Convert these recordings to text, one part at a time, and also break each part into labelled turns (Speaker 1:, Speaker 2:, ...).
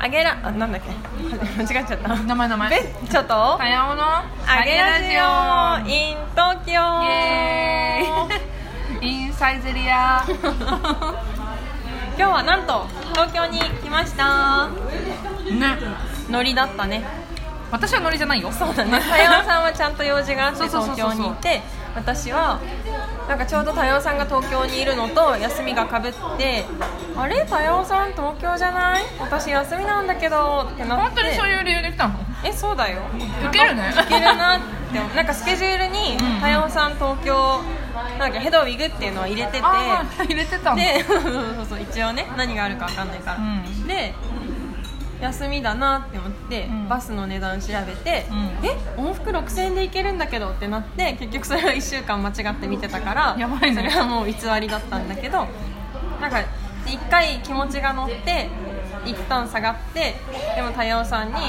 Speaker 1: あげらあなんだっけ間違っちゃった
Speaker 2: 名前名前
Speaker 1: ベッチョと
Speaker 2: かやおのあ
Speaker 1: あげラジオ in 東京
Speaker 2: イエーイインサイゼリア
Speaker 1: 今日はなんと東京に来ました
Speaker 2: ね
Speaker 1: ノリだった ね
Speaker 2: 私はノリじゃないよそうだ
Speaker 1: ね多様さんはちゃんと用事があって
Speaker 2: そうそうそう
Speaker 1: 東
Speaker 2: そう
Speaker 1: 京にいて私はなんかちょうど多様さんが東京にいるのと休みがかぶってあれ多様さん東京じゃない私休みなんだけどってなって
Speaker 2: 本当にそういう理由で来たの
Speaker 1: えそうだよ
Speaker 2: ウケるね
Speaker 1: いけるなってなんかスケジュールに
Speaker 2: うんう
Speaker 1: 「
Speaker 2: ん
Speaker 1: 多様さん東京」なんかヘドウィグっていうのを入れてて
Speaker 2: あー入れてたの
Speaker 1: で そうそう一応ね何があるか分かんないから、
Speaker 2: うん
Speaker 1: で休みだなって思って、
Speaker 2: うん
Speaker 1: バスの値段調べて、
Speaker 2: うん
Speaker 1: え往復6000円で行けるんだけどってなって結局それは1週間間違って見てたから
Speaker 2: やばいね
Speaker 1: それはもう偽りだったんだけどなんか一回気持ちが乗って一旦下がってでも多様さんに「なんか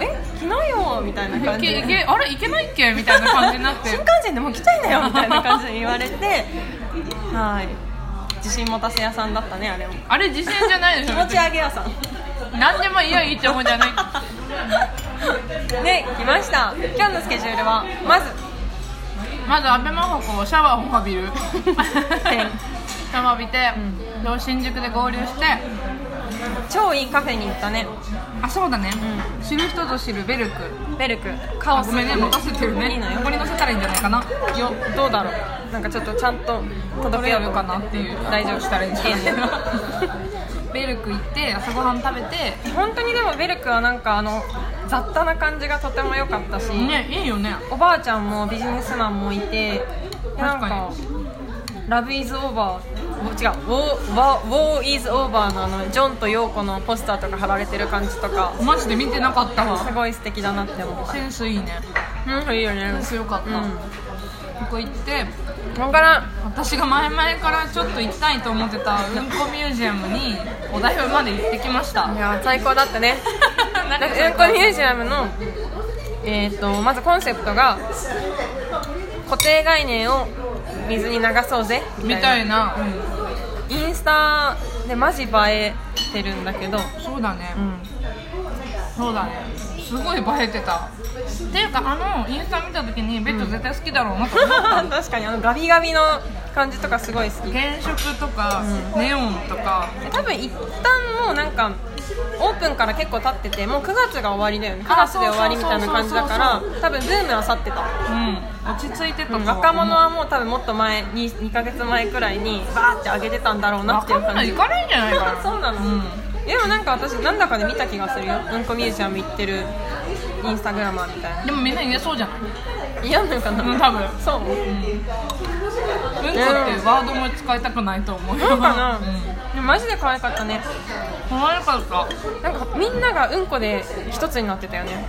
Speaker 1: え昨日よ」みたいな感
Speaker 2: い
Speaker 1: じ
Speaker 2: け
Speaker 1: で
Speaker 2: いけあれいけないっけみたいな感じになって
Speaker 1: 新幹線でもう来ちゃいなよみたいな感じで言われてはい自信持たせ屋さんだったねあれ も
Speaker 2: あれ自信じゃないで
Speaker 1: 気
Speaker 2: しょ
Speaker 1: 持ち上げ屋さん
Speaker 2: 何でもいいよいいって思うじゃない
Speaker 1: で来ました今日のスケジュールはまず
Speaker 2: まず安倍真帆子シャワーを浴びる シャワー浴びて、で新宿で合流して
Speaker 1: 超いいカフェに行ったね
Speaker 2: あそうだね、知る人ぞ知るベルク
Speaker 1: ベルクカオス
Speaker 2: ごめんね持たせてるね
Speaker 1: いいのよ
Speaker 2: ここに乗せたらいいんじゃないかな
Speaker 1: よどうだろうなんかちょっとちゃんと届けようと思
Speaker 2: かなっていう
Speaker 1: 大丈夫
Speaker 2: したらいいんじゃないかな ベルク行って朝ごはん食べて
Speaker 1: 本当にでもベルクはなんかあの雑多な感じがとても良かったし、
Speaker 2: ねいいよね
Speaker 1: おばあちゃんもビジネスマンもいてなんか
Speaker 2: 確
Speaker 1: 「ラブイズオーバー」お違う「ウォーワウォーイズオーバーのあのジョンとヨーコのポスターとか貼られてる感じとか
Speaker 2: マジで見てなかった
Speaker 1: す
Speaker 2: わ
Speaker 1: ごい素敵だなって思っ
Speaker 2: センスいいね
Speaker 1: たうんいいよね
Speaker 2: センスよかった、
Speaker 1: うん
Speaker 2: ここ行って
Speaker 1: 分からん
Speaker 2: 私が前々からちょっと行きたいと思ってたうんこミュージアムにお台場まで行ってきました
Speaker 1: いやー最高だったね
Speaker 2: な
Speaker 1: なんか
Speaker 2: んかそれ
Speaker 1: うんこミュージアムのえー、とまずコンセプトが固定概念を水に流そうぜみ
Speaker 2: み
Speaker 1: た
Speaker 2: た
Speaker 1: い
Speaker 2: い
Speaker 1: な
Speaker 2: な、
Speaker 1: インスタでマジ映えてるんだけど
Speaker 2: そうだね、
Speaker 1: うん
Speaker 2: そうだねすごい映えてたっていうかあのインスタ見た時にベッド絶対好きだろうなと思った、
Speaker 1: 確かにあのガビガビの感じとかすごい 好き
Speaker 2: 原色とか、ネオンとか
Speaker 1: 多分一旦もうなんかオープンから結構経っててもう9月が終わりだよね9
Speaker 2: あ
Speaker 1: 月で終わりみたいな感じだから
Speaker 2: そう
Speaker 1: 多分ブームは去ってた、
Speaker 2: うん落ち着いてたと
Speaker 1: うん
Speaker 2: 思う
Speaker 1: 若者はもう多分もっと前 2, 2ヶ月前くらいにバーって上げてたんだろうなってい
Speaker 2: 若
Speaker 1: う感
Speaker 2: 者
Speaker 1: じ
Speaker 2: 行かないんじゃないか な
Speaker 1: そうなの、
Speaker 2: ん
Speaker 1: でもなんか私なんだかで見た気がするようんこミュージアム行ってるインスタグラマーみたいな
Speaker 2: でもみんな言えそうじゃないうんこ
Speaker 1: 嫌なのかな、
Speaker 2: うん多分
Speaker 1: そう
Speaker 2: っていうワードも使いたくないと思うよ
Speaker 1: そうかな、
Speaker 2: うん
Speaker 1: でもマジで可愛かったね
Speaker 2: 可愛かった
Speaker 1: なんかみんながうんこで一つになってたよね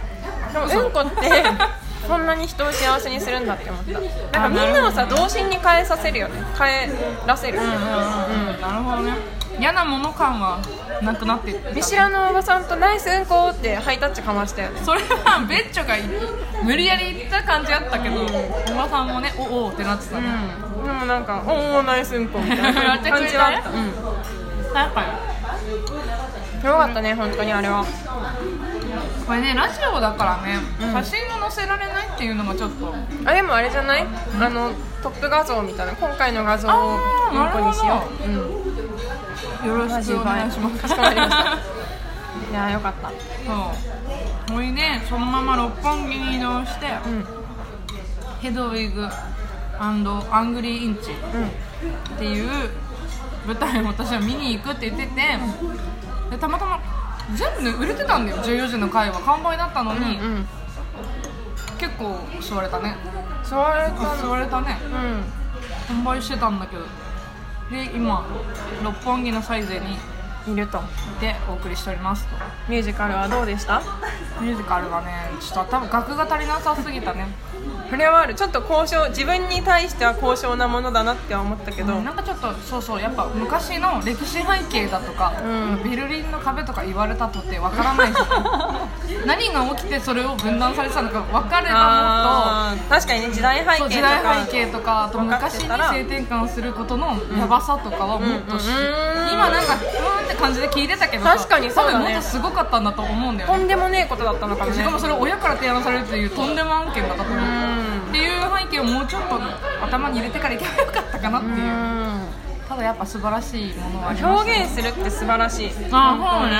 Speaker 1: でもうんこってそんなに人を幸せにするんだって思ったなんかみんなをさ童心に変えさせるよね変えらせる、
Speaker 2: うんなるほどね嫌なもの感はなくなっていった
Speaker 1: 見知らぬおばさんとナイスうんこってハイタッチかましたよね
Speaker 2: それはベッチョが無理やり言った感じあったけど、おばさんもねおおってなってた
Speaker 1: う
Speaker 2: ね、
Speaker 1: んでもなんか「おおナイスうんこ」みたいな感じはあった、
Speaker 2: や
Speaker 1: う
Speaker 2: っ
Speaker 1: ん、
Speaker 2: なんか
Speaker 1: よかったね本当にあれは
Speaker 2: これねラジオだからね、
Speaker 1: うん
Speaker 2: 写真を載せられないっていうのがちょっと
Speaker 1: あでもあれじゃないあのトップ画像みたいな今回の画像を
Speaker 2: あー
Speaker 1: うんこにしよう、うん
Speaker 2: よろしくお願いします
Speaker 1: かしこまりましたいやーよかった
Speaker 2: そうほいでそのまま六本木に移動して、
Speaker 1: うんうん
Speaker 2: ヘドウィグアングリーインチっていう舞台を私は見に行くって言っててでたまたま全部ね売れてたんだよ14時の回は完売だったのに、
Speaker 1: うん
Speaker 2: 結構座れたね
Speaker 1: 座れたの
Speaker 2: 座れたね
Speaker 1: うん
Speaker 2: 完売してたんだけどで今六本木のサイゼに
Speaker 1: いると
Speaker 2: でお送りしておりますと
Speaker 1: ミュージカルはどうでした
Speaker 2: ミュージカルがねちょっと多分額が足りなさすぎたね
Speaker 1: これはあるちょっと交渉自分に対しては高尚なものだなっては思ったけど、
Speaker 2: なんかちょっとそうそうやっぱ昔の歴史背景だとか、
Speaker 1: うん
Speaker 2: ベルリンの壁とか言われたとってわからないじゃ ん何が起きてそれを分断されてたのか分かればもっと
Speaker 1: あー確かにね時代背
Speaker 2: そう
Speaker 1: 景と
Speaker 2: 時
Speaker 1: か
Speaker 2: 代背景とかあと
Speaker 1: 分かっ
Speaker 2: 昔
Speaker 1: て
Speaker 2: に
Speaker 1: たら
Speaker 2: 性転換することのやばさとかはもっとし、
Speaker 1: うんうんうん
Speaker 2: 今なんかうーんってって感じで聞いてたけど
Speaker 1: 確かにそうだね
Speaker 2: 多分もっとすごかったんだと思うんだよ
Speaker 1: と
Speaker 2: ね
Speaker 1: んでもねえことだったのかもね
Speaker 2: しかもそれを親から提案されるというとんでも案件だったと思う、
Speaker 1: う
Speaker 2: っ
Speaker 1: ん
Speaker 2: ていう背景をもうちょっと頭に入れてからいけばよかったかなっていう、ただやっぱ素晴らしいものはありました
Speaker 1: 表現するって素晴らしい
Speaker 2: あそうね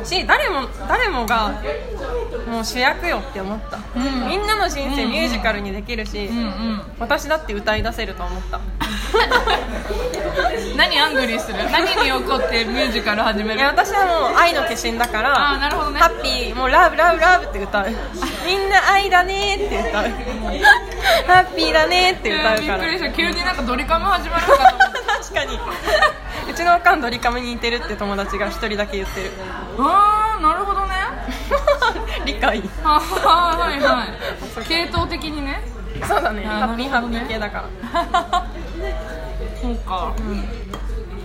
Speaker 1: うんし誰も誰もがもう主役よって思った、
Speaker 2: うん
Speaker 1: みんなの人生
Speaker 2: うん
Speaker 1: ミュージカルにできるし、
Speaker 2: うん
Speaker 1: 私だって歌い出せると思った
Speaker 2: うん何アングリーする何に怒ってミュージカル始め
Speaker 1: い
Speaker 2: る
Speaker 1: や私はもう愛の化身だから
Speaker 2: あーなるほどね
Speaker 1: ハッピーもうラブラブラブって 歌うみんな愛だねーって歌うハッピーだねーって歌う
Speaker 2: び
Speaker 1: か
Speaker 2: っ
Speaker 1: ら
Speaker 2: くりした急になんかドリカム始まるのか と思っ
Speaker 1: 確かにうちのおかんドリカムに似てるって友達が一人だけ言ってる
Speaker 2: たあーなるほどね
Speaker 1: 理解
Speaker 2: あーはいはい系統的にね
Speaker 1: そうだね
Speaker 2: あー
Speaker 1: ハッピーハ
Speaker 2: なる
Speaker 1: ッ
Speaker 2: ほど
Speaker 1: ピ
Speaker 2: ね
Speaker 1: ー系だから
Speaker 2: そうか、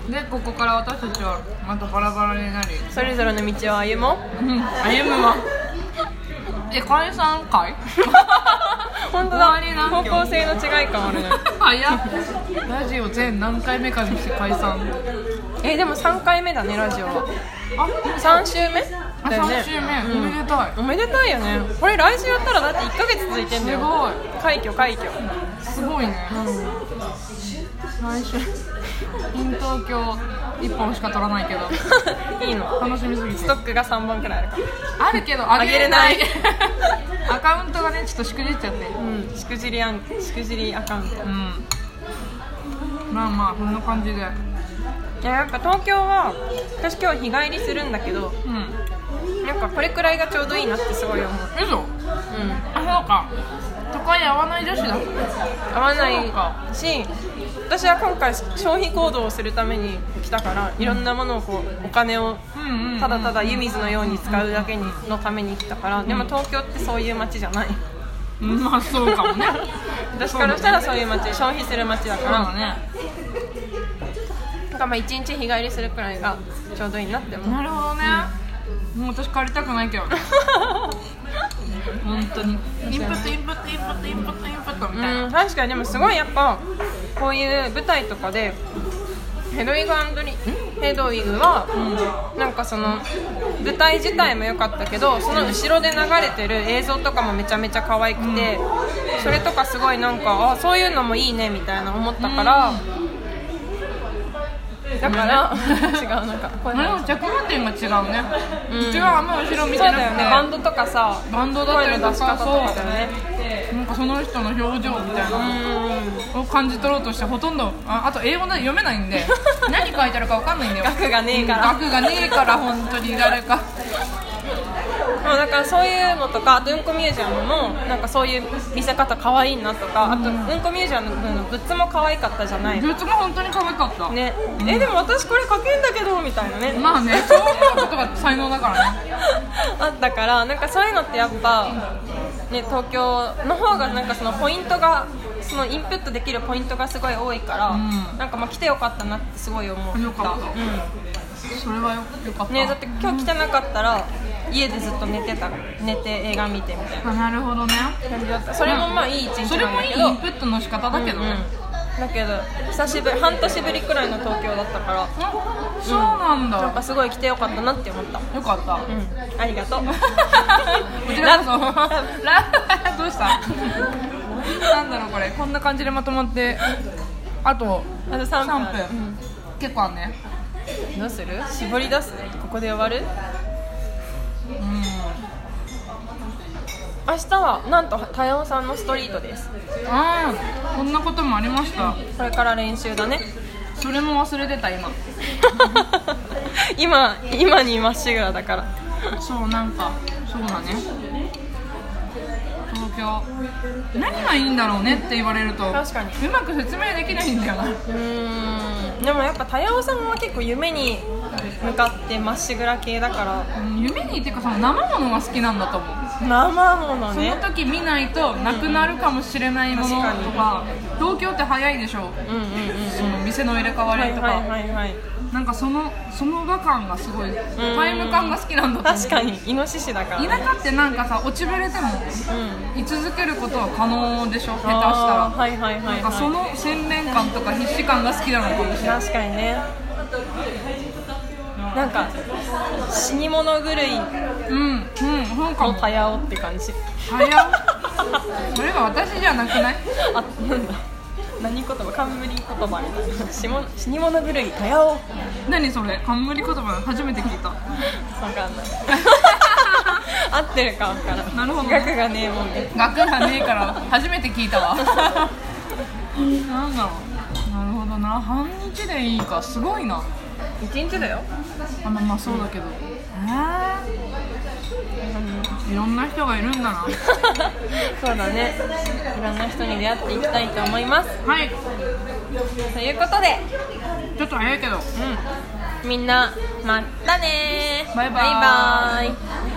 Speaker 2: でここから私たちはまたバラバラになり
Speaker 1: それぞれの道を歩もう
Speaker 2: うん歩むわえ解散会
Speaker 1: 本当
Speaker 2: 終わ
Speaker 1: だ
Speaker 2: りなん
Speaker 1: 方
Speaker 2: て
Speaker 1: 向性の違い感あるね
Speaker 2: 早っラジオ全何回目かにして解散
Speaker 1: えでも3回目だねラジオは
Speaker 2: あ
Speaker 1: 3週目
Speaker 2: あ
Speaker 1: だよね
Speaker 2: 3週目、おめでたい
Speaker 1: おめでたいよねこれ来週やったらだって1ヶ月続いてんだ
Speaker 2: す
Speaker 1: よ
Speaker 2: ごい
Speaker 1: 快挙快挙
Speaker 2: すごいね、来 週in 東京1本しか取らないけど
Speaker 1: いいの
Speaker 2: 楽しみすぎて
Speaker 1: ストックが3本くらいあるから
Speaker 2: あるけどあげれない
Speaker 1: あげれ
Speaker 2: アカウントがねちょっとしくじっちゃって
Speaker 1: うんしくじりあんしくじりアカウントい
Speaker 2: うんまあまあこんな感じで
Speaker 1: ややっぱ東京は私今日日帰りするんだけど
Speaker 2: うん
Speaker 1: なんかこれくらいがちょうどいいなってすごい思う
Speaker 2: えそう
Speaker 1: うん
Speaker 2: あそうか都会に合わない女子だ
Speaker 1: 合わない
Speaker 2: そうか
Speaker 1: し私は今回消費行動をするために来たからいろんなものをこうお金を
Speaker 2: うんうん、うん、
Speaker 1: ただただ湯水のように使うだけにのために来たからでも東京ってそういう街じゃない
Speaker 2: うんまあそうかも ね
Speaker 1: 私からしたらそういう街消費する街だか
Speaker 2: そう
Speaker 1: ら
Speaker 2: だね
Speaker 1: だからまあ一日日帰りするくらいがちょうどいいなって思う
Speaker 2: なるほどね、もう私借りたくない けど本当にインプットインプットインプットインプットインプットみたいな、
Speaker 1: うん確かにでもすごいやっぱこういう舞台とかでヘドウィグアンドリんヘドウィグは、なんかその舞台自体も良かったけどその後ろで流れてる映像とかもめちゃめちゃ可愛くて、それとかすごいなんかあそういうのもいいねみたいな思ったから、だから、違うなんかこういうの
Speaker 2: あれも着眼点が違うね、
Speaker 1: うん
Speaker 2: うちはあんまり後ろ見て
Speaker 1: そう
Speaker 2: なくて
Speaker 1: だよねバンドとかさ
Speaker 2: バンドだっ
Speaker 1: 声
Speaker 2: たり
Speaker 1: の
Speaker 2: とか
Speaker 1: 出し方とかだよね
Speaker 2: そうなんかその人の表情みたいな
Speaker 1: うん
Speaker 2: を感じ取ろうとしてほとんどああと英語で読めない んで何書いてあるか分かんないんだよ
Speaker 1: 額がねえから
Speaker 2: 額がねえから本当に誰か
Speaker 1: まあ、だからそういうのとかあとうんこミュージアムもなんかそういう見せ方可愛いなとかあとうんこミュージアムのグッズも可愛かったじゃない
Speaker 2: グッズも本当に可愛かった、
Speaker 1: ねえでも私これ描けんだけどみたいなね
Speaker 2: まあねそう思うことが才能だからね
Speaker 1: あったからなんかそういうのってやっぱ、ね、東京の方がなんかそのポイントがそのインプットできるポイントがすごい多いから、
Speaker 2: うん
Speaker 1: なんかまあ来てよかったなってすごい思った
Speaker 2: よかった
Speaker 1: う
Speaker 2: それはよよかった
Speaker 1: んね、だって今日来てなかったら家でずっと寝てた寝て映画見てみたいな
Speaker 2: あなるほどね
Speaker 1: 感じだったそれもまあいい一日なんだけど
Speaker 2: それもいいインプットの仕方だけど
Speaker 1: うんう
Speaker 2: ね、
Speaker 1: んだけど久しぶり半年ぶりくらいの東京だったから
Speaker 2: あそうなんだ、
Speaker 1: なんかすごい来てよかったなって思った
Speaker 2: よかった、こ
Speaker 1: うんありがとう
Speaker 2: ちらこそ
Speaker 1: ラブラブ
Speaker 2: ラ どうしたなんだろうこれこんな感じでまとまってあと
Speaker 1: あと3分
Speaker 2: 3分、結構あんね
Speaker 1: うんどうする絞り出すここで終わる
Speaker 2: うん
Speaker 1: 明日はなんと多様さんのストリートです
Speaker 2: あーこんなこともありました
Speaker 1: これから練習だね
Speaker 2: それも忘れてた今
Speaker 1: 今今にまっしぐらだから
Speaker 2: そうなんかそうだね東京何がいいんだろうねって言われると
Speaker 1: 確かに
Speaker 2: うまく説明できないんだよな
Speaker 1: うーんでもやっぱ多様さんは結構夢に向かってまっしぐら系だから
Speaker 2: うん夢にっていうかその生ものが好きなんだと思う
Speaker 1: 生もの
Speaker 2: その
Speaker 1: ね
Speaker 2: 時見ないとなくなるかもしれないもの
Speaker 1: うん
Speaker 2: とか東京って早いでしょ
Speaker 1: うんうんうん
Speaker 2: その店の入れ替わ
Speaker 1: は
Speaker 2: り
Speaker 1: い
Speaker 2: と
Speaker 1: はい
Speaker 2: か
Speaker 1: はいはい
Speaker 2: なんかそのその場感がすごいタイム感が好きなんだと思う
Speaker 1: 確かにイノシシだから、ね、
Speaker 2: 田舎ってなんかさ落ちぶれても
Speaker 1: うん
Speaker 2: 居続けることは可能でしょ下手した
Speaker 1: あー
Speaker 2: ら
Speaker 1: はいはいはい、
Speaker 2: なんかそ
Speaker 1: は
Speaker 2: の洗練感とか必死感が好きなのかもし
Speaker 1: い、
Speaker 2: れない
Speaker 1: 確かにねなんか死に物狂い
Speaker 2: うんうん本か
Speaker 1: の
Speaker 2: も
Speaker 1: 早尾って感じ
Speaker 2: 早っそれは私じゃなくない
Speaker 1: あなんだ何言葉冠言葉みたいな死も死に物狂い早尾
Speaker 2: 何それ冠言葉なの初めて聞いた
Speaker 1: わかんない 合ってるかわからん
Speaker 2: なるほどね
Speaker 1: 額がねえもんで
Speaker 2: 学がねえから初めて聞いたわなんだろうなるほどな半日でいいかすごいな
Speaker 1: 1日だよ
Speaker 2: あまあまあそうだけどえー、いろんな人がいるんだなは
Speaker 1: そうだねいろんな人に出会っていきたいと思います
Speaker 2: い
Speaker 1: ということで、
Speaker 2: ちょっと早いけど
Speaker 1: うん、みんなまたねー
Speaker 2: バイバーイ
Speaker 1: バイバーイ